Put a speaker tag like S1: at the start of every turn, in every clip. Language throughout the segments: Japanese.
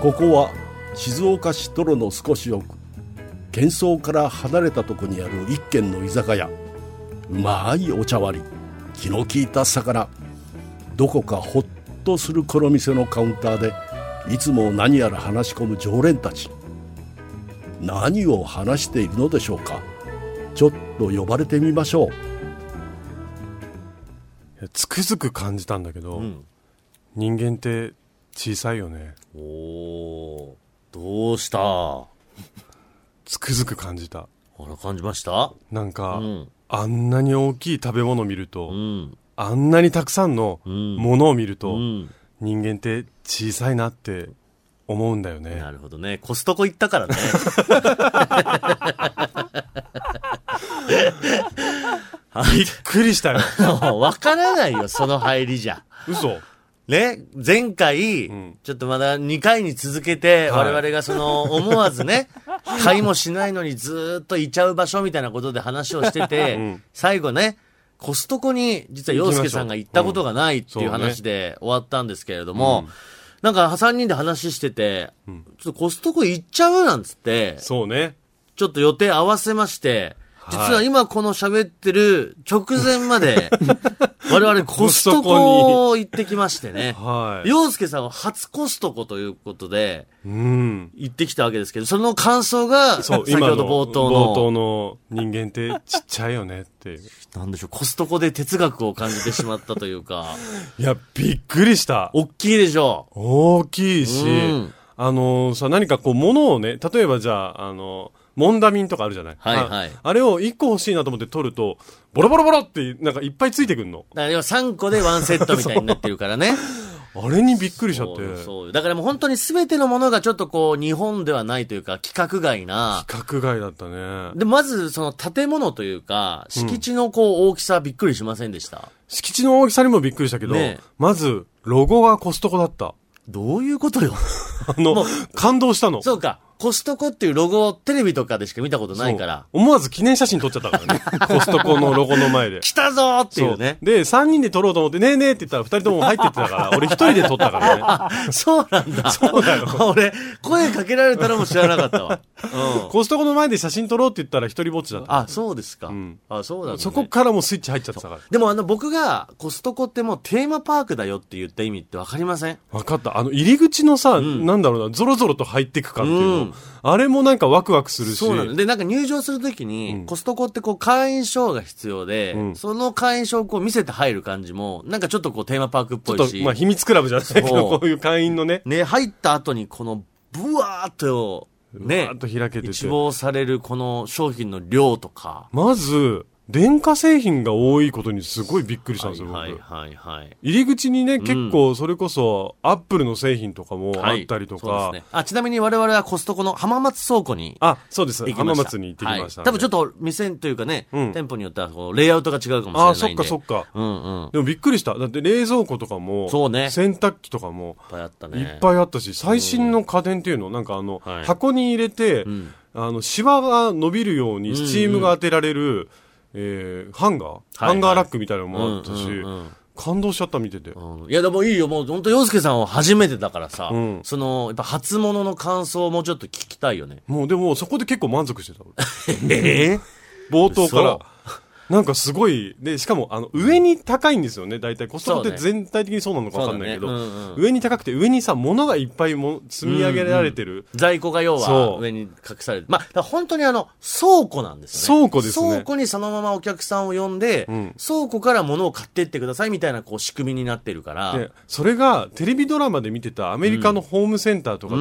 S1: ここは静岡市泥の少し奥喧騒から離れたとこにある一軒の居酒屋うまいお茶割り気の利いた魚どこかほっとするこの店のカウンターでいつも何やら話し込む常連たち何を話しているのでしょうかちょっと呼ばれてみましょう
S2: つくづく感じたんだけど、
S3: うん
S2: 人間って小さいよね
S3: おおどうしたあ
S2: つくづく感じた
S3: ら感じました
S2: なんか、
S3: うん
S2: あんなに大きい食べ物を見ると、
S3: うん
S2: あんなにたくさんの
S3: ん
S2: ものを見ると、
S3: うん
S2: 人間って小さいなって思うんだよね
S3: なるほどねコストコ行ったからねはい
S2: びっくりしたよ
S3: もう わからないよその入りじゃ
S2: 嘘
S3: ね、前回、
S2: ん
S3: ちょっとまだ2回に続けて、
S2: はい
S3: 我々がその、思わず ね、買いもしないのにずーっといちゃう場所みたいなことで話をしてて、
S2: ん
S3: 最後ね、コストコに実は洋介さんが行ったことがないって
S2: 行きましょうう
S3: いう
S2: ん
S3: 話で終わったんですけれども、なんか3人で話してて、ちょっとコストコ行っちゃうなんつって、
S2: そうね
S3: ちょっと予定合わせまして、実は今この喋ってる直前 まで、我々コストコ行ってきましてね。
S2: はい
S3: 洋介さんは初コストコということで、
S2: うん
S3: 行ってきたわけですけど、その感想が、
S2: そう
S3: 先ほど冒頭の、
S2: 冒頭の人間ってちっちゃいよねっていう
S3: なんでしょう、コストコで哲学を感じてしまったというか、
S2: いやびっくりした
S3: 大きいでしょ
S2: 大きいし、
S3: うん
S2: あのさ、何かこう、物をね、例えばじゃあ、あのモンダミンとかあるじゃない
S3: はいはい
S2: ああれを1個欲しいなと思って取ると、ボロボロボロって、なんかいっぱいついてくんの。
S3: う。だから要は3個でワンセットみたいになってるか らね。
S2: あれにびっくりしちゃって。
S3: そうそう。だからもう本当に全てのものがちょっとこう、日本ではないというか、規格外な。
S2: 規格外だったね。
S3: で、まずその建物というか、敷地のこう、大きさびっくりしませんでした。
S2: 敷地の大きさにもびっくりしたけど、
S3: ねえ
S2: まず、ロゴがコストコだった。
S3: どういうことよ。
S2: あの、感動したの。
S3: そうか。コストコっていうロゴをテレビとかでしか見たことないから。
S2: そう思わず記念写真撮っちゃったから ね。コストコのロゴの前で。
S3: 来たぞーっていうね
S2: そ。で、3人で撮ろうと思って、ねえねえって言ったら2人とも入ってってたから、俺1人で撮ったからね。
S3: そうなんだ。そうだよ。 俺、声かけられたらも知らなかったわ。 うん。
S2: コストコの前で写真撮ろうって言ったら一人ぼっちだった。
S3: あ、そうですか。
S2: ん
S3: あ、そうなんだ、ね。
S2: そこからもうスイッチ入っちゃってたから。
S3: でもあの僕がコストコってもうテーマパークだよって言った意味ってわかりません
S2: 分かった。あの、入り口のさ、なんだろうな、ゾロゾロと入ってく感っていうの。
S3: うん
S2: あれもなんかワクワクするし。
S3: そうなの。で、なんか入場するときに、コストコってこう会員証が必要で、その会員証をこう見せて入る感じも、なんかちょっとこうテーマパークっ
S2: ちょ
S3: ぽ
S2: っ
S3: い
S2: と
S3: し、、
S2: まあ、秘密クラブじゃないけど、
S3: そう
S2: こういう会員のね、
S3: ね、入った後にこのブワーっと、ね
S2: わーっ、と開けて
S3: 一
S2: て。
S3: 望されるこの商品の量とか。
S2: まず、電化製品が多いことにすごいびっくりしたんですよ、
S3: はい
S2: 僕。
S3: はいはい。
S2: 入り口にね、結構、それこそ、アップルの製品とかもあ
S3: はい
S2: ったりとか、
S3: そうですね。あ、ちなみに我々はコストコの浜松倉庫に
S2: あ、そうです。
S3: 行きました。
S2: 浜松に行ってきました、
S3: はい多分ちょっと店というかね、
S2: うん
S3: 店舗によってはこうレイアウトが違うかも
S2: あ、
S3: し
S2: そ
S3: れな
S2: っ
S3: い
S2: か
S3: んで。
S2: そっか。
S3: うんうん。いっ
S2: でもびっくりした。だって冷蔵庫とかも、
S3: そうね
S2: 洗濯機とかも、
S3: ぱいあったね。
S2: いっぱいあったし、最新の家電っていうの、なんかあの、
S3: はい
S2: 箱に入れて、あの、シワが伸びるようにスチームが当てられる、えーハンガー、ハンガーラックみたいなのもあったし、
S3: うんうんうん
S2: 感動しちゃった見てて。
S3: うんいや、でもいいよ。もう、本当洋介さんは初めてだからさ、
S2: うん
S3: その、やっぱ初物の感想をもうちょっと聞きたいよね。
S2: もうでも、そこで結構満足してた。俺
S3: え
S2: 冒頭から
S3: 嘘。
S2: なんかすごい、で、しかも、あの、上に高いんですよね、大体。コストコっ
S3: そう
S2: て
S3: ね
S2: 全体的にそうなのかわかんないけど、
S3: そうだねうんうん
S2: 上に高くて、上にさ、物がいっぱいも積み上げられてる。
S3: 在庫が要は
S2: そう
S3: 上に隠されて。まあ、だから本当にあの、倉庫なんですよね。
S2: 倉庫ですね
S3: 倉庫にそのままお客さんを呼んで、
S2: ん
S3: 倉庫から物を買ってってくださいみたいなこう仕組みになってるから
S2: で、それがテレビドラマで見てたアメリカのホームセンターとかっ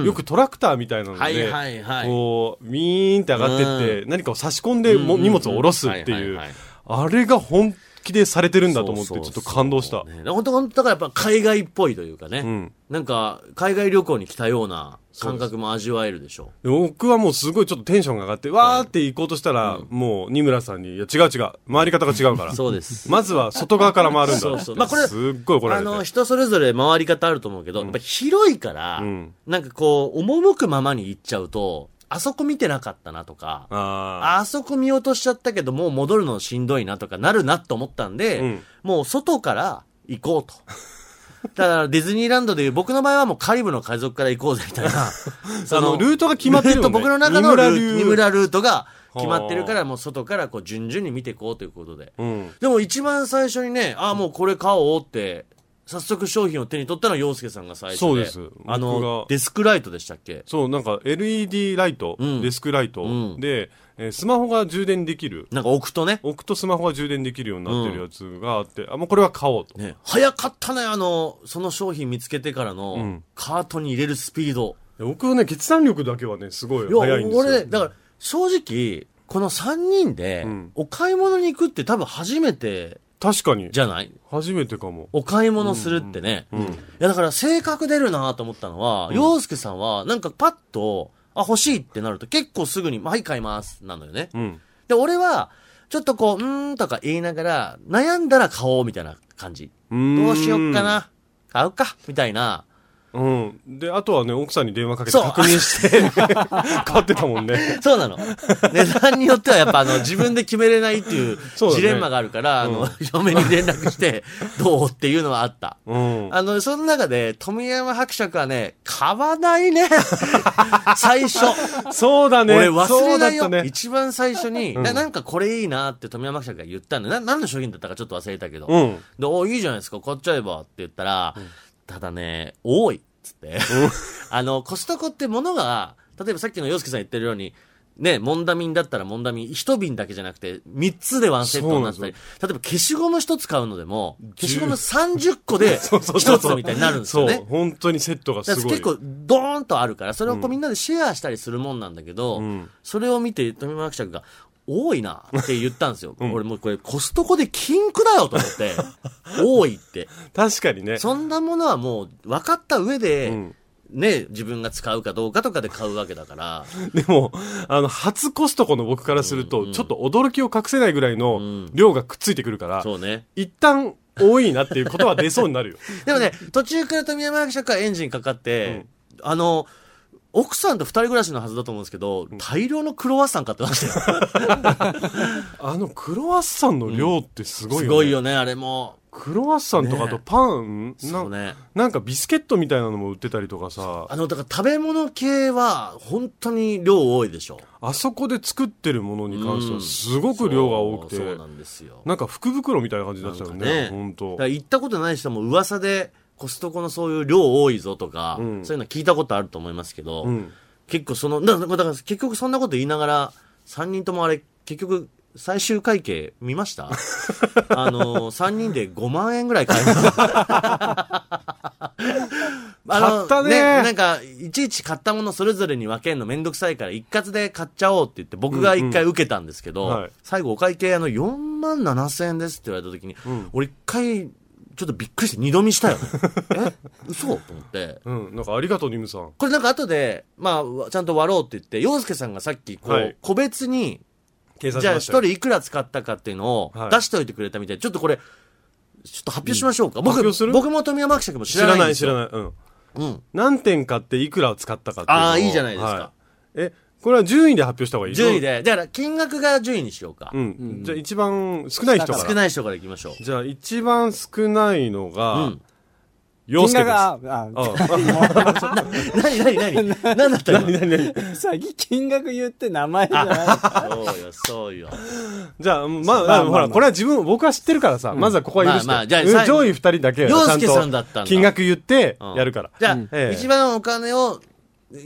S2: て、よくトラクターみたいなので、
S3: はいはいはい
S2: こうウィーンって上がってって、何かを差し込んでも、荷物を下ろすって
S3: はいはい
S2: いう、
S3: はい
S2: あれが本気でされてるんだと思ってちょっと感動した、
S3: ね本当本当だからやっぱ海外っぽいというかね。
S2: ん
S3: なんか、海外旅行に来たような感覚も味わえるでしょう。
S2: で僕はもうすごいちょっとテンションが上がってわーって行こうとしたら、もう二村さんに「いや違う違う回り方が違うから
S3: そうです。
S2: まずは外側から回るんだ」
S3: そうそう
S2: ま
S3: まあ
S2: あ、
S3: こ
S2: こ
S3: れ
S2: れすっごい怒ら
S3: あ
S2: れて
S3: の、人それぞれ回り方あると思うけど、やっぱ広いから、
S2: ん
S3: なんかこう、赴くままに行っちゃうと、あそこ見てなかったなとか、
S2: あ
S3: あそこ見落としちゃったけど、もう戻るのしんどいなとかなるなと思ったんで、
S2: うん
S3: もう外から行こうと。 だからディズニーランドでいう、僕の場合はもうカリブの海賊から行こうぜみたいな。
S2: あの、ルートが決まってる
S3: ルー
S2: の
S3: ト
S2: ね。
S3: 僕の中のル
S2: 三村
S3: ート
S2: 流
S3: 三村ルートが決まってるから、もう外からこう順々に見ていこうということで。
S2: うん。
S3: でも一番最初にね、ああ、もうこれ買おうって、早速商品を手に取ったのは洋介さんが最初で。
S2: そうです
S3: あ
S2: 僕
S3: の
S2: が、
S3: デスクライトでしたっけ
S2: そう、なんか LED ライト、
S3: ん
S2: デスクライト、
S3: うん
S2: で、えースマホが充電できる。
S3: なんか置くとね。
S2: 置くとスマホが充電できるようになってるやつがあって、あ、もうこれは買おうと。
S3: ね、早かったね、あの、その商品見つけてからの、
S2: ん
S3: カートに入れるスピード。
S2: 僕はね、決断力だけはね、すごい
S3: い
S2: 早いんですよ。
S3: 俺ね、だから、正直、この3人で
S2: ん、
S3: お買い物に行くって多分初めて
S2: 確かに。
S3: じゃない
S2: 初めてかも。
S3: お買い物するってね。いや、だから性格出るなと思ったのは、洋介さんは、なんかパッと、あ、欲しいってなると結構すぐに、はい、買います、なのよね。
S2: うん。
S3: で、俺は、ちょっとこう、うーんとか言いながら、悩んだら買おうみたいな感じ。ど
S2: ど
S3: うしよっか。な。買うか、みたいな。
S2: うん。で、あとはね、奥さんに電話かけて
S3: そう
S2: 確認して、 買ってたもんね。
S3: そうなの。値段によってはやっ ぱあの、自分で決めれないっていう
S2: そうだ
S3: ジ
S2: ね
S3: レンマがあるから、あの、嫁に連絡して、どうっていうのはあった。
S2: うん。
S3: あの、その中で、富山伯爵はね、買わな いね。最初。
S2: そうだね。
S3: 俺忘れない
S2: そ
S3: よ、
S2: うだったね。
S3: 一番最初に、
S2: ん
S3: ななんかこれいいなって富山伯爵が言ったんだな何の商品だったかちょっと忘れたけど。
S2: うん。
S3: で、おいいじゃないですか、買っちゃえばって言ったら、ただね、多いっつって。 あの、コストコってものが、例えばさっきの洋介さん言ってるように、ね、モンダミンだったらモンダミン1瓶だけじゃなくて、3つでワンセットになってたり、例えば消しゴム1つ買うのでも、消しゴム30個で
S2: そうそうそう
S3: 1つみたいになるんですよね。
S2: そう、本当にセットがす
S3: だから
S2: ごい。
S3: 結構ドーンとあるから、それをこうみんなでシェアしたりするもんなんだけど、
S2: ん
S3: それを見て富山伯爵が、多いなって言ったんですよ。俺もうこれコストコで金句だよと 思って、多いって。
S2: 確かにね。
S3: そんなものはもう分かった上で、
S2: うん
S3: ね、自分が使うかどうかとかで買うわけだから、
S2: でも、あの、初コストコの僕からすると、ちょっと驚きを隠せないぐらいの量がくっついてくるから、
S3: そうね。
S2: 一旦多いなっていうことは出そうになるよ。
S3: でもね、途中から富山伯爵はエンジンかかって、あの、奥さんと二人暮らしのはずだと思うんですけど、大量のクロワッサン買ってまし たよ。
S2: あの、クロワッサンの量ってすごいよ、ね
S3: すごいよね、あれも。
S2: クロワッサンとかあとパン、な
S3: そうね。
S2: なんかビスケットみたいなのも売ってたりとかさ、
S3: あの、だから食べ物系は本当に量多いでしょ。
S2: あそこで作ってるものに関してはすごく量が多くて、
S3: そうそうなんですよ。
S2: なんか福袋みたいな感じになっちゃうね。
S3: なん
S2: 本
S3: だ
S2: 当
S3: から。行ったことない人も噂でコストコのそういう量多いぞとか、
S2: ん
S3: そういうの聞いたことあると思いますけど、
S2: うん。
S3: 結構その、だだから結局そんなこと言いながら、3人ともあれ、結局、最終会計見ました あの、3人で5万円ぐらい買い ました。あ
S2: 買
S3: の
S2: ったね
S3: なんか、いちいち買ったものそれぞれに分けるのめんどくさいから一括で買っちゃおうって言って僕が一回受けたんですけど、
S2: うんうんはい
S3: 最後お会計あの4万7千円ですって言われた時に、俺一回ちょっとびっくりして二度見したよね。 え嘘と思って。
S2: うん。なんかありがとう、ニムさん。
S3: これなんか後で、まあ、ちゃんと割ろうって言って、洋介さんがさっき、こう、
S2: はい
S3: 個別に、
S2: 計算
S3: じゃあ
S2: ま
S3: 一
S2: したよ
S3: 人いくら使ったかっていうのを
S2: はい
S3: 出しておいてくれたみたいで、ちょっとこれ、ちょっと発表しましょうか。
S2: 発
S3: 僕
S2: 表する
S3: 僕も富山伯爵も知
S2: 知
S3: ら
S2: ら
S3: ないん
S2: な
S3: で
S2: い、
S3: す
S2: 知
S3: よ。
S2: らない。うん。
S3: うん。
S2: 何点買っていくらを使ったかっていうのを
S3: あーいいじゃないですか
S2: はいえ、これは順位で発表した方がいい
S3: 順位。で。だから、金額が順位にしようか。
S2: うん。じゃあ一番少ない人から。
S3: 少ない人からいきましょう。
S2: じゃあ一番少ないの
S3: う
S2: が
S3: ん、
S2: 洋介です。
S4: が、
S2: あ
S3: な
S4: あ、
S3: になになに何だったの
S4: 詐欺金額言って名前じゃない。
S3: そうよ、そうよ。
S2: じゃあ、まあ、
S4: まあまあまあ
S2: ほら、これは自分、僕は知ってるからさ、まずはここは許して。
S3: まあまあじゃあ
S2: うん
S3: 最後
S2: 上位二人だけ、ち
S3: 洋
S2: ゃん
S3: 介さんだったんだ
S2: と金額言って
S3: うん、
S2: やるから。
S3: じゃあ、
S2: ええ
S3: 一番お金を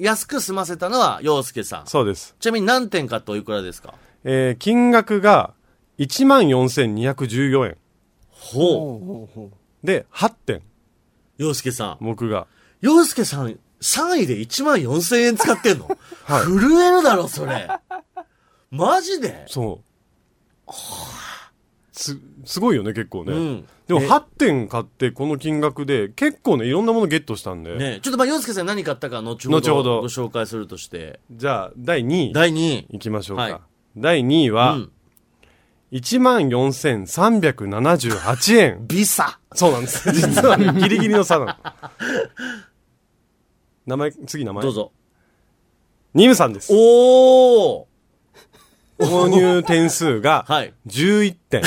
S3: 安く済ませたのは洋介さん。
S2: そうです。
S3: ちなみに何点かとおいくらですか
S2: えー、金額が、14,214円。
S3: ほう。
S2: で、8点、
S3: 洋介さん。
S2: 僕が。
S3: 洋介さん、3位で1万4千円使って んの、震えるだろ、それ。マジで
S2: そう。す、すごいよね、結構ね。
S3: うん
S2: でも、8点買って、この金額で、結構ね、いろんなものゲットしたんで。
S3: ねえちょっとまあ、洋介さん何買ったか後ほど
S2: 後ほど
S3: ご紹介するとして。
S2: じゃあ、第2位、
S3: 第2位。
S2: いきましょうか。
S3: はい
S2: 第2位は、
S3: うん
S2: 14,378円。
S3: ビサ。
S2: そうなん です。実はね、ギリギリの差なの。名前、次名前。
S3: どう。ぞ。
S2: ニムさんです。
S3: おー
S2: 購入点数が
S3: はい
S2: 11点。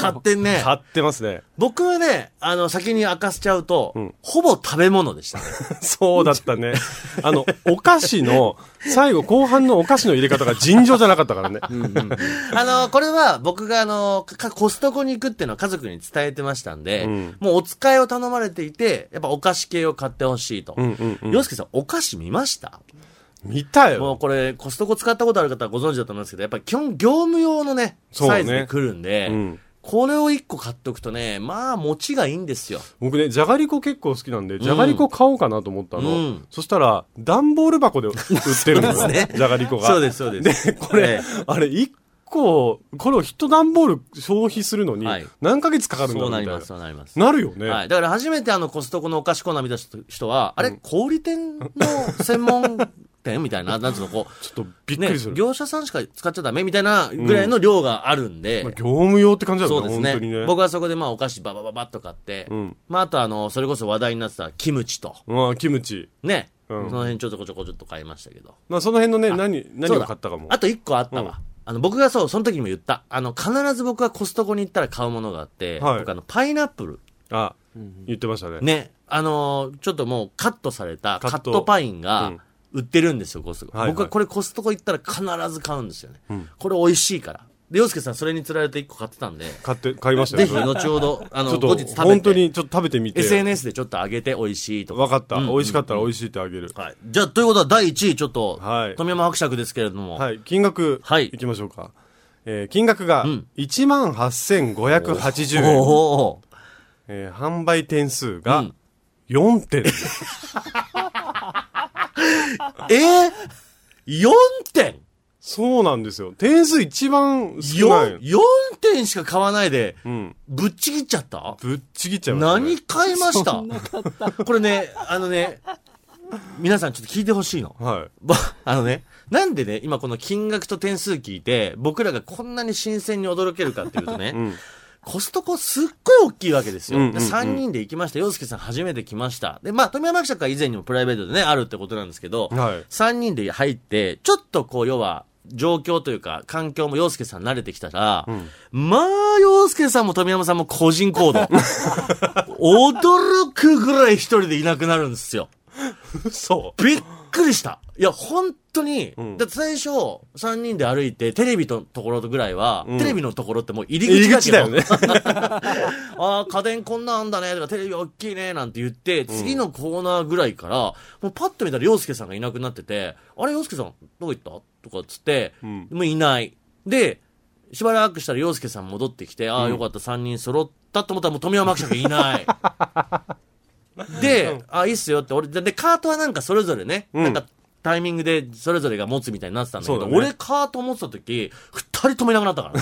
S3: 買ってんね。
S2: 買ってますね。
S3: 僕はね、あの、先に明かしちゃうと、
S2: ん
S3: ほぼ食べ物でした ね。
S2: そうだったね。あの、お菓子の、最後、後半のお菓子の入れ方が尋常じゃなかったからね。
S3: あの、これは僕があの、かコストコに行くっていうのは家族に伝えてましたんで、
S2: うん
S3: もうお使いを頼まれていて、やっぱお菓子系を買ってほしいと。
S2: うんうんうん
S3: 洋介さん、お菓子見ました
S2: 見た
S3: もう
S2: よ。
S3: これ、コストコ使ったことある方はご存知だと思うんですけど、やっぱり基本業務用のね、
S2: そうね
S3: サイズで来るんで、
S2: うん
S3: これを一個買っとくとね、まあ、持ちがいいんですよ。
S2: 僕ね、じゃがりこ結構好きなんで、じゃがりこ買おうかなと思ったの。
S3: うん
S2: そしたら、段ボール箱で売ってるの
S3: そ
S2: よ、
S3: うですね
S2: じゃがりこが。
S3: そうです、そうです。で、こ
S2: これ、あれ、1個、これを一段ボール消費するのに
S3: はい、
S2: 何ヶ月かかるんだろ
S3: そうう
S2: みたい
S3: なり
S2: な。
S3: ます、そうなります。
S2: なるよね。
S3: はい。だから初めてあのコストコのお菓子コーナー見た人は、あれ、小売店の専門店みたいな、なんつうの、こう。
S2: ちょっと びっくりする。
S3: ね、業者さんしか使っちゃダメみたいなぐらいの量があるんで。
S2: まあ業務用って感じだ
S3: そ
S2: よ
S3: う
S2: ね、
S3: です
S2: 本当にね。
S3: ね。僕はそこでまあお菓子ババババッと買って、
S2: うん
S3: まああとあの、それこそ話題になってたキムチと、
S2: まあ、キムチ。
S3: ね、
S2: うん
S3: その辺ちょこちょこちょっと買いましたけど。
S2: まあ、その辺のね、何、
S3: そ
S2: 何
S3: う
S2: を
S3: だ
S2: 買ったかも。
S3: あと一個あったわ。
S2: うん
S3: あの、僕がそう、その時にも言った。あの、必ず僕はコストコに行ったら買うものがあって、
S2: はい
S3: 僕あの、パイナップル。
S2: あ、言ってましたね。
S3: ね、あのーちょっともうカットされた
S2: カ
S3: カ
S2: ッ
S3: ッ
S2: ト
S3: トパイン
S2: う
S3: が
S2: ん
S3: 売ってるんですよ、コストコ。
S2: はいはい
S3: 僕はこれコストコ行ったら必ず買うんですよね。これ美味しいから。で、洋介さんそれにつられて1個買ってたんで、
S2: 買って、買いました
S3: ぜ
S2: よ。
S3: ひ
S2: それ
S3: 後ほど、あ
S2: ちょ
S3: の、
S2: っ
S3: 後
S2: と
S3: 日食べて。
S2: 本当にちょっと食べてみて。
S3: SNS でちょっとあげて美味しいとか。
S2: 分かった。美味しかったら美味しいってあげる。
S3: はい。じゃあ、ということは第1位、ちょっと、
S2: はい
S3: 富山伯爵ですけれども、
S2: はい。金額、
S3: はい
S2: 行きましょうか。えー金額が、18,580円。
S3: おー
S2: えー販売点数
S3: う
S2: が
S3: ん
S2: 4点。
S3: えー、4点
S2: そうなんですよ。点数一番少ない
S3: 4, 点しか買わないで、
S2: うん。
S3: ぶっちぎっちゃった
S2: ぶっちぎっちゃいます、
S3: 何買いましたこれね、あのね、皆さんちょっと聞いてほしいの。
S2: は
S3: ばあのね、なんでね、今この金額と点数聞いて、僕らがこんなに新鮮に驚けるかっていうとね、
S2: い。うん。
S3: コストコすっごい大きいわけですよ。
S2: うんうんうん
S3: で3人で行きました。洋介さん初めて来ました。で、まあ、富山伯爵は以前にもプライベートでね、あるってことなんですけど、
S2: はい
S3: 3人で入って、ちょっとこう、要は、状況というか、環境も洋介さん慣れてきたら、まあ、洋介さんも富山さんも個 人行動。驚くぐらい一人でいなくなるんですよ。
S2: 嘘。
S3: びっくりした。いや、本当に、
S2: ん
S3: だって最初、3人で歩いて、テレビのところぐらいは、テレビのところってもう入り
S2: 入
S3: 口
S2: り
S3: だ
S2: 口だ
S3: けど
S2: よ、ね。
S3: ああ、家電こんなんあんだね、とか、テレビ大きいね、なんて言って、次のコーナーぐらいから、もうパッと見たら洋介さんがいなくなってて、あれ、洋介さん、どこ行ったとかっつって、
S2: ん
S3: もういない。で、しばらくしたら洋介さん戻ってきて、ああ、よかった、3人揃ったと思ったら、もう富山伯爵い ない。で、あ、いいっすよって、俺、で、でカートはなんかそれぞれね、
S2: ん
S3: なんか、タイミングでそれぞれが持つみたいになってたんだけ
S2: そ
S3: ど、
S2: うだね
S3: 俺カート持ってた時、二人止めなくなったからね。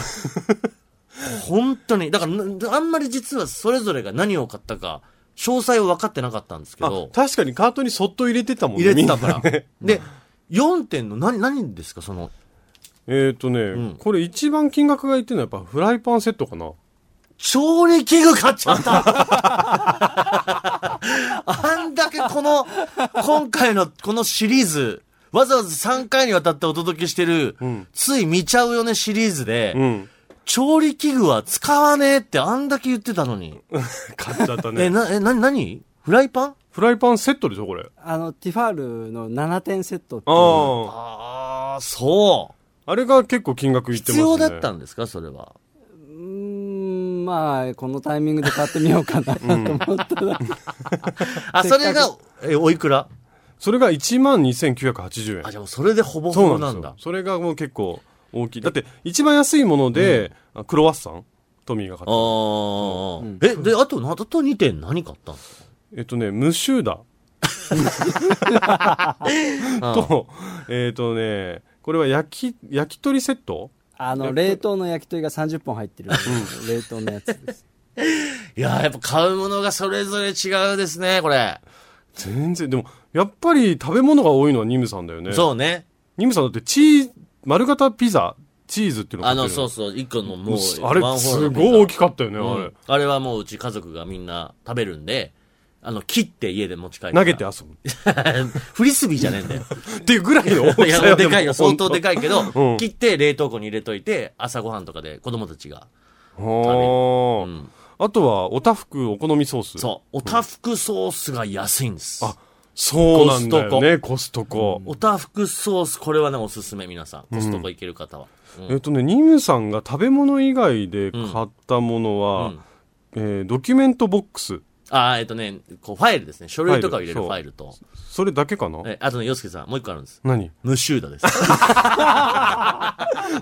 S3: 本当に。だからな、あんまり実はそれぞれが何を買ったか、詳細を分かってなかったんですけ
S2: あ
S3: ど、
S2: 確かにカートにそっと入れてたもんね。
S3: 入れてたから。
S2: みんなね
S3: で、4点の何、何ですか、その、
S2: えっとね、
S3: ん
S2: これ一番金額がいってるのはやっぱフライパンセットかな。
S3: 調理器具買っちゃっ たあんだけこの、今回のこのシリーズ、わざわざ3回にわたってお届けしてる、つい見ちゃうよねシリーズで、
S2: うん。
S3: 調理器具は使わねえってあんだけ言ってたのに。
S2: 買っちゃった
S3: え、
S2: ね。
S3: な、え、な、何フライパン
S2: フライパンセットでしょ、これ。
S4: あの、ティファールの7点セットっていう
S2: ああ。
S3: ああ、そう。
S2: あれが結構金額いってます
S3: 必
S2: ね。
S3: 要だったんですかそれは。
S4: うーん、まあ、このタイミングで買ってみようかなと思ったら、
S3: あ、それが、え、おいくら
S2: それが12,980円
S3: あ、。じゃあもうそれでほぼ
S2: そ
S3: ほぼ
S2: うな
S3: なんん
S2: ですよ
S3: だ。。
S2: それがもう結構大きい。だって、一番安いもので、あクロワッサントミーが買
S3: あ
S2: った。
S3: あ、え、で、あと、あと2点何買ったんです
S2: えっとね、ムシュー ダ
S3: か
S2: と、えっとね、これは焼き、焼き鳥セット
S4: あの、冷凍の焼き鳥が30本入ってる、冷凍のやつです。
S3: いやー、やっぱ買うものがそれぞれ違うですね、これ。
S2: 全然、でも、やっぱり食べ物が多いのはニムさんだよね。
S3: そうね。
S2: ニムさんだってチー、丸型ピザ、チーズっていうの
S3: あ
S2: 買ってる
S3: の、そうそう、1個のもう、
S2: あれ、すごい大き
S3: く
S2: かったよね、
S3: あ
S2: あ
S3: れ。あれはもううち家族がみんな食べるんで、あの、切って家で持ち帰って。
S2: 投げて遊ぶ。
S3: フリスビーじゃねえん だよ。
S2: っていうぐらいの
S3: い
S2: 大き
S3: や、
S2: さ
S3: も
S2: よ
S3: うでかいよ。相当
S2: い。
S3: でかいけど、
S2: うん
S3: 切って冷凍庫に入れといて、朝ごはんとかで子供たちが。
S2: ほー
S3: うん
S2: あとは、おたふくお好みソース。
S3: そう。おたふくソースが安いんです。
S2: あそうなんだよね、コストコ。
S3: おたふくソース、これはね、おすすめ皆さん。コストコ行ける方は。うん
S2: えっとね、ニムさんが食べ物以外で買ったものは、
S3: うん
S2: えードキュメントボックス。
S3: あー、えっとね、こうファイルですね。書類とかを入れる
S2: フ
S3: フ
S2: ァ
S3: ァ
S2: イ
S3: イルと。
S2: それだけかな
S3: え、あとね、洋介さん、もう一個あるんです。
S2: 何
S3: 無臭だです。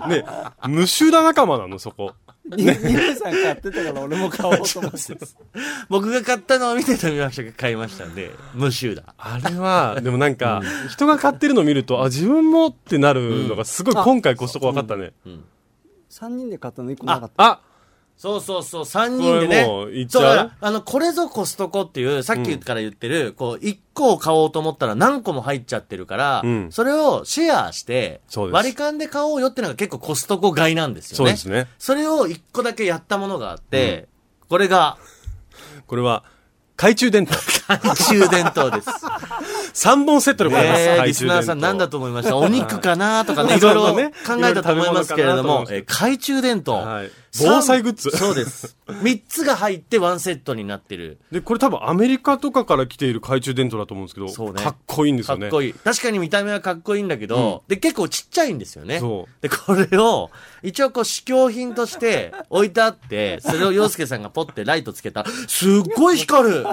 S2: ね、無臭だ仲間なの、そこ。
S4: ニムさん買ってたから俺も買おうと 思って。
S3: 僕が買ったのを見てたみましたが買いましたんで、無臭だ。
S2: あれ は、でもなんか、人が買ってるの見ると、あ、自分もってなるのがすごい、
S4: うん
S2: 今回コストコ分かったね。
S4: 3人で買ったの1個なかった。
S2: あ
S3: そうそうそう、三人でね。
S2: これもういっちゃ
S3: そううだからあの、これぞコストコっていう、さっきから言ってる、こう、一個を買おうと思ったら何個も入っちゃってるから、
S2: うん
S3: それをシェアして、
S2: そうです
S3: 割り勘で買おうよってのが結構コストコ買いなんですよね。
S2: そうですね。
S3: それを一個だけやったものがあって、これが、
S2: これは、懐中 電灯。
S3: 懐中電灯 です。
S2: 3本セットでございます。
S3: ねえ
S2: 懐中
S3: リス
S2: 電灯。
S3: ナーさん何だと思い ましたお肉かなとかね、いろいろ考えたと思いますけれども、えー懐中電灯。
S2: はい防災グッズ
S3: 三そうです。3つが入ってワンセットになってる。
S2: で、これ多分アメリカとかから来ている懐中電灯だと思うんですけど、
S3: そうね
S2: かっこいいんです
S3: か
S2: よ
S3: っ
S2: ね。
S3: こいい。確かに見た目はかっこいいんだけど、で、結構ちっちゃいんですよね。
S2: そう
S3: で、これを、一応こう、試供品として置いてあって、それを洋介さんがポッてライトつけたら、すっごい光る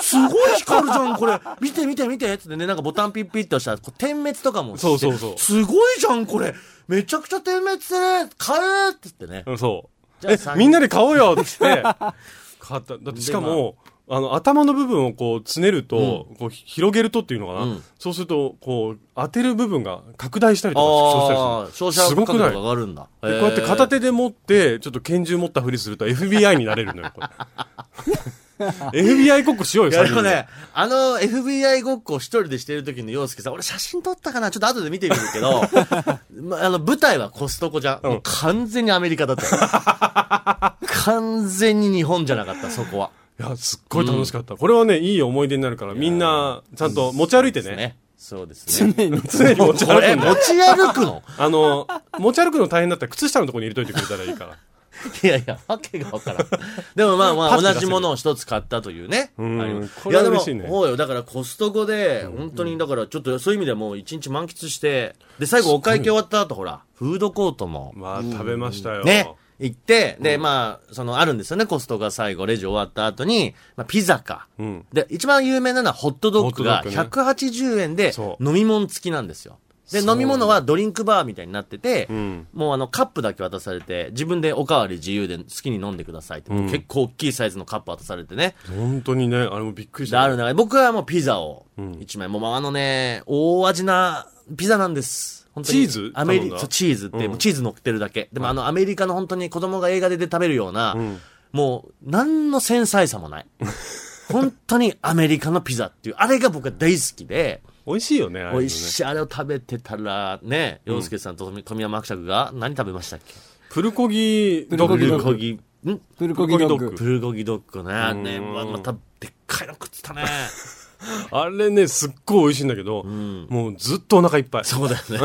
S3: すごい光るじゃん、これ見て見て見てつってね、なんかボタンピッピッて押したら、こう点滅とかもして
S2: そうそうそう
S3: すごいじゃん、これめちゃくちゃ点滅する買えって言ってね。
S2: うんそう。
S3: じゃあ
S2: え
S3: 三、人
S2: みんなで買おうよっ つって、買った。だってしかも、あ、の、頭の部分をこう、つねると、こう、ひ広げるとっていうのかな、
S3: うん
S2: そうすると、こう、当てる部分が拡大したりとか
S3: ああ、
S2: そ
S3: 照
S2: うしたり
S3: 射
S2: するすご
S3: 角
S2: く
S3: 度
S2: な
S3: が
S2: い
S3: 上がるんだ。こ
S2: でこうやって片手で持って、ちょっと拳銃持ったふりすると FBI になれるのよ、こ れ。FBI ごっこしようよ、
S3: いやで
S2: 三
S3: も
S2: 人で
S3: ね、あの FBI ごっこを一人でしてる時の洋介さん、俺写真撮ったかなちょっと後で見てみる けど、ま、あの舞台はコストコじゃん。もう完全にアメリカだったよ。完全に日本じゃなかった、そこは。
S2: いや、すっごい楽しかった。これはね、いい思い出になるから、みんな、ちゃんと持ち歩いてね。
S3: ね。そうですね。
S2: 常に持ち
S3: こ
S2: 歩
S3: れ
S2: くんだ
S3: 持
S2: よ。
S3: ち歩くの
S2: あの、持ち歩くの大変だったら靴下のところに入れといてくれたらいい から。
S3: いやいや、わけがわからん。でもま あま
S2: パッと
S3: あ、
S2: 出せ
S3: 同
S2: る
S3: じものを一つ買ったというね。
S2: うん
S3: あります
S2: これは
S3: やでも
S2: 嬉しいね
S3: そうよ。だからコストコで、本当に、だからちょっとそういう意味ではもう一日満喫して、で、最後お会計終わった後、ほら、フードコートも。
S2: まあ、食べましたよ。
S3: ね。行って、で、まあ、その、あるんですよね、コストが最後、レジ終わった後に、まあ、ピザか。
S2: うん。
S3: で、一番有名なのはホットドッグが
S2: ホット
S3: 180円で
S2: そ、う
S3: 飲み物付きなんですよ。で、
S2: そう
S3: 飲み物はドリンクバーみたいになってて、
S2: うん。
S3: もうあの、カップだけ渡されて、自分でおかわり自由で好きに飲んでくださいって、
S2: うん
S3: 結構大きいサイズのカップ渡されてね。
S2: 本当にね、あれもびっくりし
S3: で、
S2: た。
S3: ある中で、僕はもうピザを
S2: ん
S3: 一枚、もうあのね、大味なピザなんです。本当に
S2: チーズ
S3: アメリ
S2: 頼んだ
S3: カ、そうチーズって、
S2: うん
S3: もうチーズ乗ってるだけ。でもあの、アメリカの本当に子供が映画で出て食べるような、
S2: ん
S3: もう、何の繊細さ もない。本当にアメリカのピザっていう、あれが僕は大好きで、
S2: 美味しいよね、あれもね
S3: 美味しい、あれを食べてたら、ね、洋介さんと富富山伯爵が何食べましたっけ
S2: プルコギドッグ、
S4: プ
S3: プ
S4: ル
S3: ル
S4: コ
S3: コギ、ん
S4: プルコギドッ
S2: プルコギドッ
S4: グ
S2: グ。
S3: プルコギドッグね。ね、
S2: うん
S3: ままた、でっかいの食ってたね。
S2: あれね、すっごい美味しいんだけど、もうずっとお腹いっぱい。
S3: そうだよね。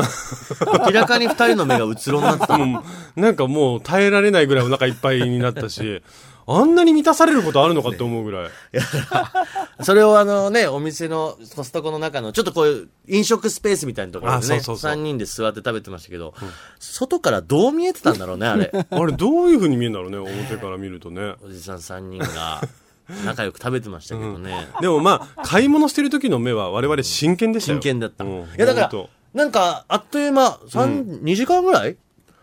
S3: 明らかに二人の目がうつろになってた。
S2: もうなんかもう耐えられないぐらいお腹いっぱいになった し、あんなに満たされることあるのかって思うぐらい。
S3: それをあのね、お店のコストコの中の、ちょっとこういう飲食スペースみたいなところ
S2: あ
S3: で
S2: そ
S3: ね、
S2: うそうそう
S3: 三人で座って食べてましたけど、外からどう見えてたんだろうね、あれ。
S2: あれどういう風に見えるんだろうね、表から見るとね。
S3: おじさん三人が仲良く食べてましたけどね。
S2: でもまあ、買い物してる時の目は我々真剣でしたよ。
S3: 真剣だった。
S2: うん
S3: いや
S2: ほ
S3: だか
S2: ん
S3: ら
S2: と、
S3: なんか、あっという間、三、2時間ぐらい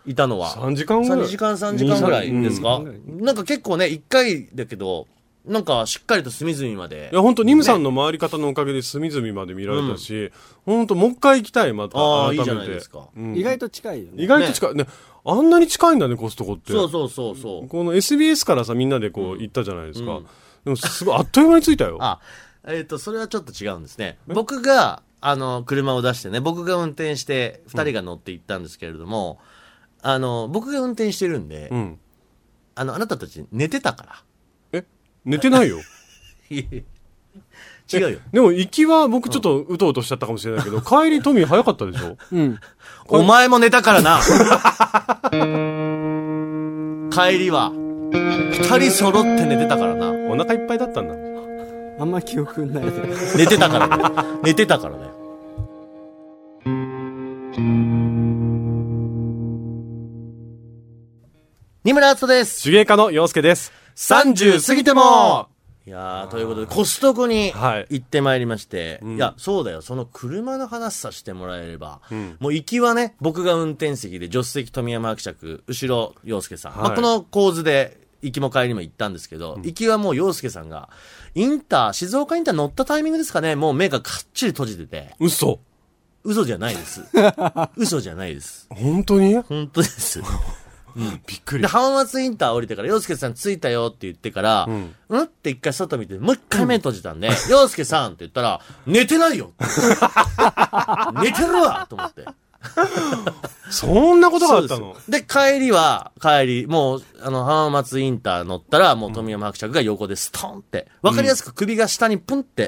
S3: いたのは。
S2: 3時間ぐらい。
S3: 3時間3時間ぐらいですか、
S4: うん
S3: なんか結構ね、1回だけど、なんかしっかりと隅々まで
S2: い。や、本当ニムさんの回り方のおかげで隅々まで見られたし、本当もう一回行きたい、また。
S3: ああ、
S2: 改
S3: いい
S2: め
S3: じ
S2: て
S3: ゃないですか。
S2: うん
S4: 意外と近いよね
S2: 意。外と近い、ね。あんなに近いんだね、コストコって。
S3: そうそうそうそう。
S2: この SBS からさ、みんなでこう行ったじゃないですか。でも、すごい、あっという間に着いたよ。
S3: あ、えっ、と、それはちょっと違うんですね。僕が、あの、車を出してね、僕が運転して、2人が乗って行ったんですけれども、あの、僕が運転してるんで、
S2: うん。
S3: あの、あなたたち寝てたから。
S2: え寝てないよ。
S3: 違うよ。
S2: でも行きは僕ちょっとうとうとしちゃったかもしれない けど、帰りトミー早かったでしょ
S4: うん。
S3: お前も寝たか らな。帰りは、二人揃って寝てたからな。
S2: お腹いっぱいだったんだ。
S4: あんま記憶ないで。
S3: 寝てたからね。寝てたからね。二村敦人です。
S2: 手芸家の洋介です。
S3: 30過ぎてもいやー、ということで、コストコに
S2: はい
S3: 行ってまいりまして、
S2: うん
S3: いや、そうだよ、その車の話させてもらえれば、
S2: ん
S3: もう行きはね、僕が運転席で、助手席富山伯爵、後ろ洋介さん。
S2: はい
S3: まあ、この構図で、行きも帰りも行ったんですけど、行きはもう洋介さんが、インター、静岡インター乗ったタイミングですかね、もう目がかっちり閉じてて、
S2: 嘘
S3: 嘘じゃな いです。嘘じゃないです。
S2: 本当に
S3: 本当 です。
S2: びっく
S3: で、。浜松インター降りてから、洋介さん着いたよって言ってから、うん、って一回外見て、もう一回目閉じたんで、洋介さんって言ったら、寝てない よ寝てるわと思って。
S2: そんなことがあった
S3: そう
S2: の
S3: ですで、帰りは、帰り、もう、あの、浜松インター乗ったら、もう富山伯爵が横でストンって、わかりやすく首が下にプ ンって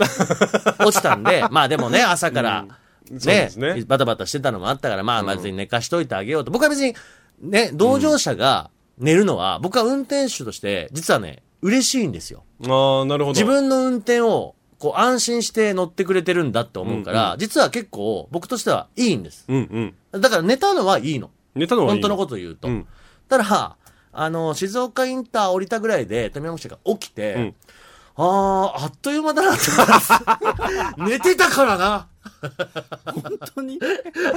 S3: 落ちたんで、まあでもね、朝から、
S2: そうですね
S3: バタバタしてたのもあったから、まあ別に寝かしといてあげようと。僕は別に、ね、同乗者が寝るのは、僕は運転手として、実はね、嬉しいんですよ。
S2: ああ、なるほど。
S3: 自分の運転を、こう安心して乗ってくれてるんだって思うから、実は結構僕としてはいいんです。
S2: うんうん。
S3: だから寝たのはいいの。
S2: 寝たのはいい
S3: 本当のこと言うと。
S2: うん
S3: ただ、あの、静岡インター降りたぐらいで、富山記者が起きて、
S2: うん
S3: あー、あっという間だなって 思います寝てたからな。
S4: 本当に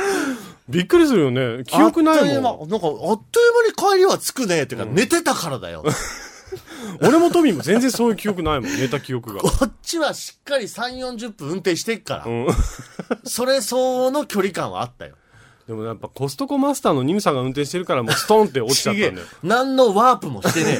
S2: びっくりするよね。記憶な
S3: あっとい
S2: いう
S3: 間
S2: もん。。
S3: なんか、あっという間に帰りは着くね。ってか、寝てたからだよ。
S2: 俺もトミーも全然そういう記憶ないもん。寝た記憶 が。
S3: こっちはしっかり3、40分運転してっから、
S2: うん。
S3: それ相応の距離感はあったよ。
S2: でもやっぱコストコマスターのニムさんが運転してるからもうストンって落ちちゃったんだよ
S3: ち。げえ何のワープもしてね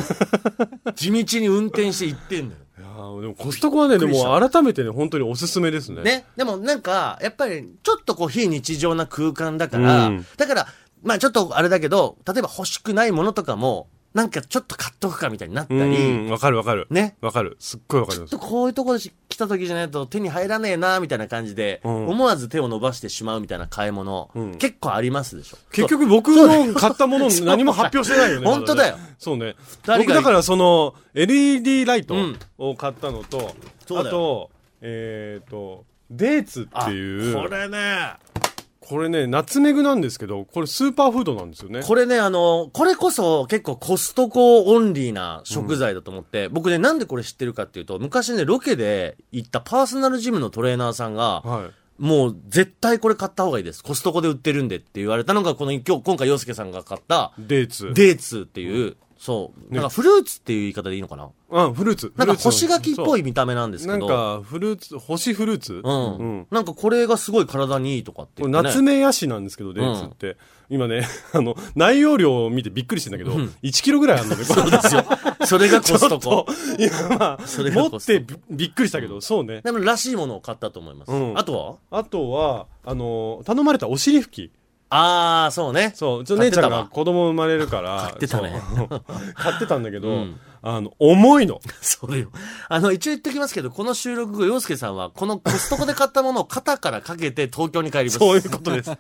S3: えよ地道に運転して行ってんのよ。
S2: いやーでもコストコはね、
S3: び
S2: で
S3: っくりした
S2: も改めてね、本当におすすめですね。。
S3: ね。でもなんか、やっぱり、ちょっとこう、非日常な空間だから、
S2: うん
S3: だから、まあちょっとあれだけど、例えば欲しくないものとかも、なんかちょっと買っとくかみたいになった
S2: う
S3: り、
S2: ん。わかるわかる。
S3: ね。
S2: わかる。すっごいわかりま
S3: ちょ
S2: す。
S3: っとこういうところ来た時じゃないと手に入らねえな、みたいな感じで、
S2: うん
S3: 思わず手を伸ばしてしまうみたいな買い物、
S2: うん
S3: 結構ありますでしょ。
S2: 結局僕の買ったも の何も発表してないよね。
S3: 本当だよ
S2: まね。そうね。
S3: 人が
S2: 僕だからその LED ライト
S3: うん
S2: を買ったのと、
S3: そう
S2: あ
S3: だよ
S2: と、えっ、と、デーツっていう、
S3: あこれね、
S2: これね、ナツメグなんですけど、これスーパーフードなんですよね。
S3: これね、あの、これこそ結構コストコオンリーな食材だと思って、僕ね、なんでこれ知ってるかっていうと、昔ね、ロケで行ったパーソナルジムのトレーナーさんが、
S2: はい。
S3: もう絶対これ買った方がいいです。コストコで売ってるんでって言われたのが、この今日、今回洋介さんが買った、
S2: デーツ。
S3: デーツっていう、そう、なんかフルーツっていう言い方でいいのかな
S2: うん、フルーツ。
S3: なんか
S2: フルーツ
S3: 星
S2: の
S3: がきっぽい見た目なんです
S2: そう
S3: けど。
S2: なんか、フルーツ、星フルーツ。
S3: うん、
S2: うん
S3: なんかこれがすごい体にいいとかって
S2: これ
S3: 言って、ね。
S2: 夏目ヤシなんですけど、デーツって。今ね、あの、内容量を見てびっくりしてんだけど、1キロぐらいあるのね、これ
S3: そうですよ。そ れがコストコ。
S2: いや、まあ、
S3: それが
S2: 持
S3: コ
S2: っ
S3: スト
S2: てびびっくりしたけど、そうね。
S3: でも、らしいものを買ったと思います。
S2: うん
S3: あとは
S2: あとは、あの、頼まれたお尻拭き。
S3: あー、そうね。
S2: そう、うちの姉ちゃん
S3: 買っ
S2: が
S3: てたわ
S2: 子供生まれるから。
S3: 買ってたね
S2: そう。 買ってたんだけど、
S3: うん
S2: あの、重いの。
S3: そうよ。あの、一応言っておきますけど、この収録後、洋介さんは、このコストコで買ったものを肩からかけて東京に帰ります。
S2: そういうことです。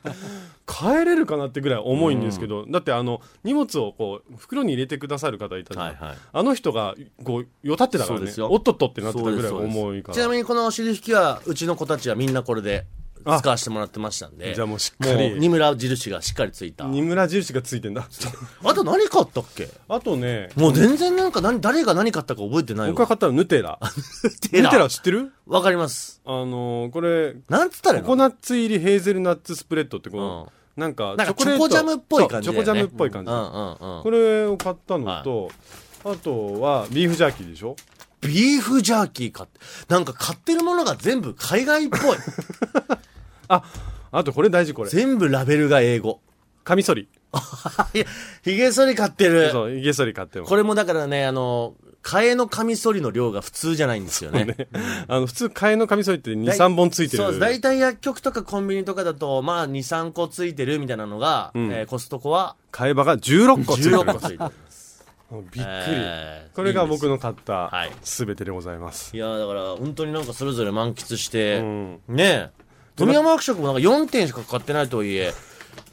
S2: 帰れるかなってぐらい重いんですけど、だってあの、荷物をこう、袋に入れてくださる方いたじゃん。
S3: はいはい
S2: あの人が、こう、よたってたから
S3: そう
S2: ね
S3: です。よ
S2: おっとっとってなってた
S3: そう
S2: ぐ
S3: で
S2: ら
S3: す
S2: い
S3: そうです
S2: 重いから。
S3: ちなみにこのお尻引きは、うちの子たちはみんなこれで使わせてもらってましたんで。
S2: じゃあもうしっか
S3: も
S2: り
S3: う、二村印がしっかりついた。
S2: 二村印がついてんだ。
S3: あと何買ったっけ
S2: あと ね、
S3: もう全然なんか何、誰が何買ったか覚えてない
S2: 僕が
S3: わ。
S2: 買ったのヌテ ラ。
S3: テ
S2: ヌ
S3: ラ
S2: テラ知ってる
S3: わかります。
S2: あのーこれ、
S3: なんつったらい
S2: コ
S3: い
S2: コ
S3: の
S2: ナッツ入りヘーゼルナッツスプレッドってこう、なんか
S3: なんか
S2: レート
S3: チョコジャムっぽい感じだよね
S2: そうチョコジャムっぽい感じ、
S3: うんうんうん。
S2: これを買ったのと、あとはビーフジャーキーでしょ
S3: ビーフジャーキー買って、なんか買ってるものが全部海外っ ぽい。
S2: ああとこれ大事これ
S3: 全部ラベルが英語。
S2: カミソリ
S3: いや、ヒゲ剃り買ってる。
S2: そうヒゲソリ買っても
S3: これもだからね、あの、替えのカミソリの量が普通じゃないんですよね。
S2: あの普通替えのカミソリって
S3: だい
S2: 23本ついてる
S3: そうです大体薬局とかコンビニとかだと、まあ、2、3個ついてるみたいなのが、えーコストコは
S2: 替え刃が16個ついてる
S3: 16個ついてる。
S2: もうびっくり、
S3: えー
S2: これが僕の買っ
S3: は
S2: た
S3: い
S2: 全てでございます
S3: いやだから本当になんかそれぞれ満喫して、
S2: うん
S3: ねえ富山伯爵もなんか4点しか買ってないとはいえ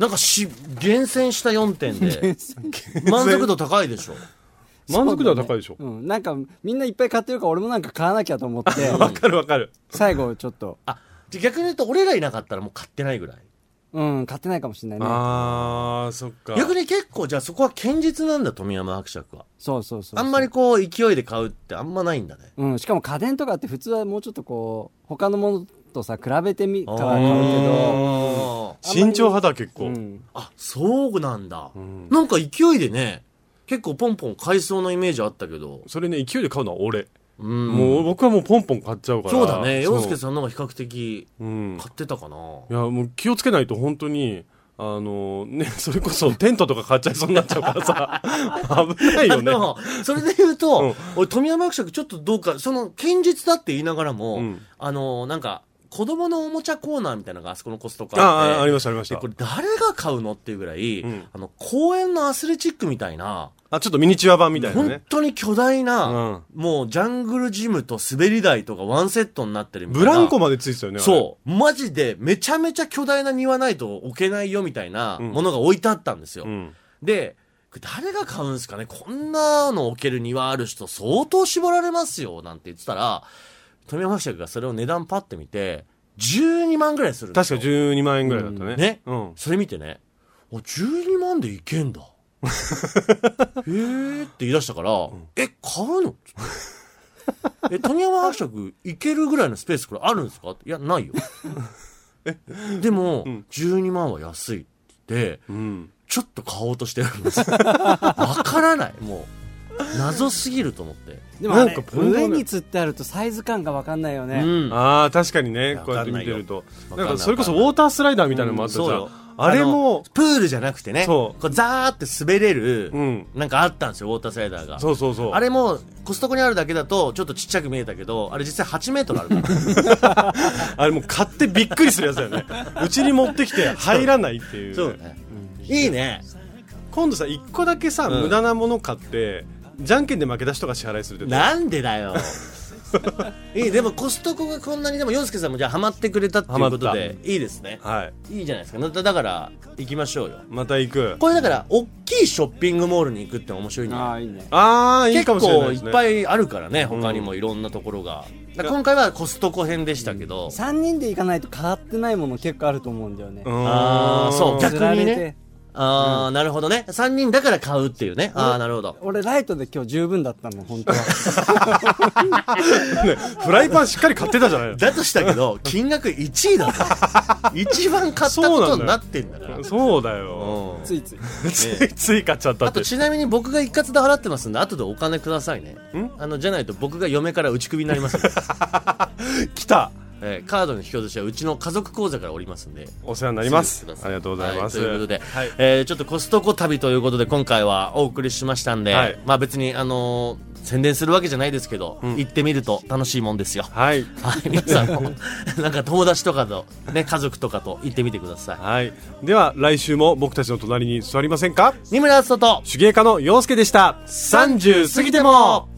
S3: なんかし厳選した4 点で満足度高いでしょ
S2: 満足度は高いでしょ
S4: うん、なんかみんないっぱい買ってるから俺もなんか買わなきゃと思って
S2: わかるわかる
S4: 最後ちょっと
S3: あじゃあ逆に言うと俺らいなかったらもう買ってないぐらい
S4: うん買ってないかもしれないね
S2: あーそっか
S3: 逆に結構じゃあそこは堅実なんだ富山伯爵は
S4: そうそうそう
S3: あんまりこう勢いで買うってあんまないんだね
S4: うん、しかも家電とかって普通はもうちょっとこう他のものとさ比べてみたら買
S3: あ
S4: うけど
S3: ー
S2: 慎重派だ結構、
S4: うん、
S3: あそうなんだ、なんか勢いでね結構ポンポン買いそうなイメージあったけど、
S2: それね勢いで買うのは俺、
S3: うん、
S2: もう僕はもうポンポン買っちゃうから
S3: そうだね
S2: そう
S3: 洋介さんの方が比較的
S2: うん
S3: 買ってたかな、
S2: いやもう気をつけないと本当にあのね それこそテントとか買っちゃいそうになっちゃうからさ 危ないよね
S3: あのそれで言うと、
S2: うん
S3: 俺富山伯爵ちょっとどうかその堅実だって言いながらも、
S2: うん
S3: あのなんか子供のおもちゃコーナーみたいなのがあそこのコストコあっ
S2: あ
S3: て
S2: あありましたありまし
S3: で
S2: た
S3: これ誰が買うのっていうぐらい、
S2: うん
S3: あの公園のアスレチックみたいな
S2: あちょっとミニチュア版みたいな
S3: 本
S2: ね
S3: 当に巨大
S2: うん
S3: な、もうジャングルジムと滑り台とかワンセットになってるみたい
S2: ブ
S3: な
S2: ランコまでついてたよね
S3: そうマジでめちゃめちゃ巨大な庭ないと置けないよみたいなものが置いてあったんですよ、
S2: うん
S3: で、これ誰が買うんすかねこんなの置ける庭ある人相当絞られますよ、なんて言ってたら、富山伯爵がそれを値段パッて見て、12万ぐらいするんです
S2: 確
S3: よ
S2: か12万円ぐらいだったね、
S3: ね、
S2: うん
S3: それ見てね、お12万でいけんだ。 へえって言い出したから、え、買うのつってえ、富山伯爵行けるぐらいのスペースこれあるんですかっていや、ないよ。 でも、12万は安いって言って、
S2: うん、
S3: ちょっと買おうとしてるん ですわからないもう謎すぎると思って、
S4: でもあ
S2: なん
S4: れ
S2: かポイントだね
S4: 上に釣ってあるとサイズ感が分かんないよね、
S3: うん
S2: ああ確かにね
S3: わ
S2: こうやっ
S3: か
S2: て
S3: んな
S2: 見
S3: い
S2: て
S3: よ
S2: ると
S3: わかんな
S2: ないんかそれこそウォータースライダーみたいなのもあったじゃ、
S3: そうんよ
S2: あれも
S3: のプールじゃなくてね
S2: そ
S3: こ
S2: う
S3: うザーって滑れる、
S2: うん
S3: なんかあったんですよウォータースライダーが
S2: そうそうそう
S3: あれもコストコにあるだけだとちょっとちっちゃく見えたけどあれ実際8メートルあるから
S2: あれもう買ってびっくりするやつだよねうちに持ってきて入らないっていう
S3: そうね、いいね
S2: 今度さ一個だけさ、
S3: ん
S2: 無駄なもの買ってじゃんけんで負けた人が支払いするって言って
S3: なんでだよいいでもコストコがこんなにでも洋介さんもじゃあハマってくれたっていうこと
S2: ハマっ
S3: でいいですね
S2: たはい
S3: いいじゃないですかまただから行きましょうよ
S2: また行く
S3: これだから大きいショッピングモールに行くって面白いね
S4: ああいいね
S2: ああいい
S3: 結
S2: か
S3: 構
S2: もしれないで
S3: い
S2: すね
S3: っぱいあるからね他にもいろんなところがだから今回はコストコ編でしたけど
S4: 3人で行かないと買ってないもの結構あると思うんだよね、
S2: うーん
S3: あーそう逆
S4: 釣られ
S3: に
S4: て
S3: ねああなるほどね3人だから買うっていうねああなるほど
S4: 俺ライトで今日十分だったの本当は
S2: ねフライパンしっかり買ってたじゃない
S3: だとしたけ ど金額1位だぞ一番買ったことになってんだから
S2: そうだよ、
S3: うん
S4: ついつい
S2: ついつい買っちゃった
S3: あ
S2: って
S3: とちなみに僕が一括で払ってますんで後でお金くださいね
S2: ん
S3: あのじゃないと僕が嫁から打ち首になりますん で
S2: 来た
S3: えーカードの引き落としはうちの家族口座からおりますんで
S2: お世話になります
S3: すぐくださ
S2: ありがとうございます、
S3: はということで、
S2: はい
S3: えーちょっとコストコ旅ということで今回はお送りしましたんで、
S2: はい
S3: まあ別にあのー宣伝するわけじゃないですけど、行ってみると楽しいもんですよ。
S2: はい
S3: はい、皆さん もなんか友達とかとね家族とかと行ってみてくださ
S2: はいでは来週も僕たちの隣に座りませんか
S3: い。二村敦人と
S2: 手芸家の陽介でした30過ぎても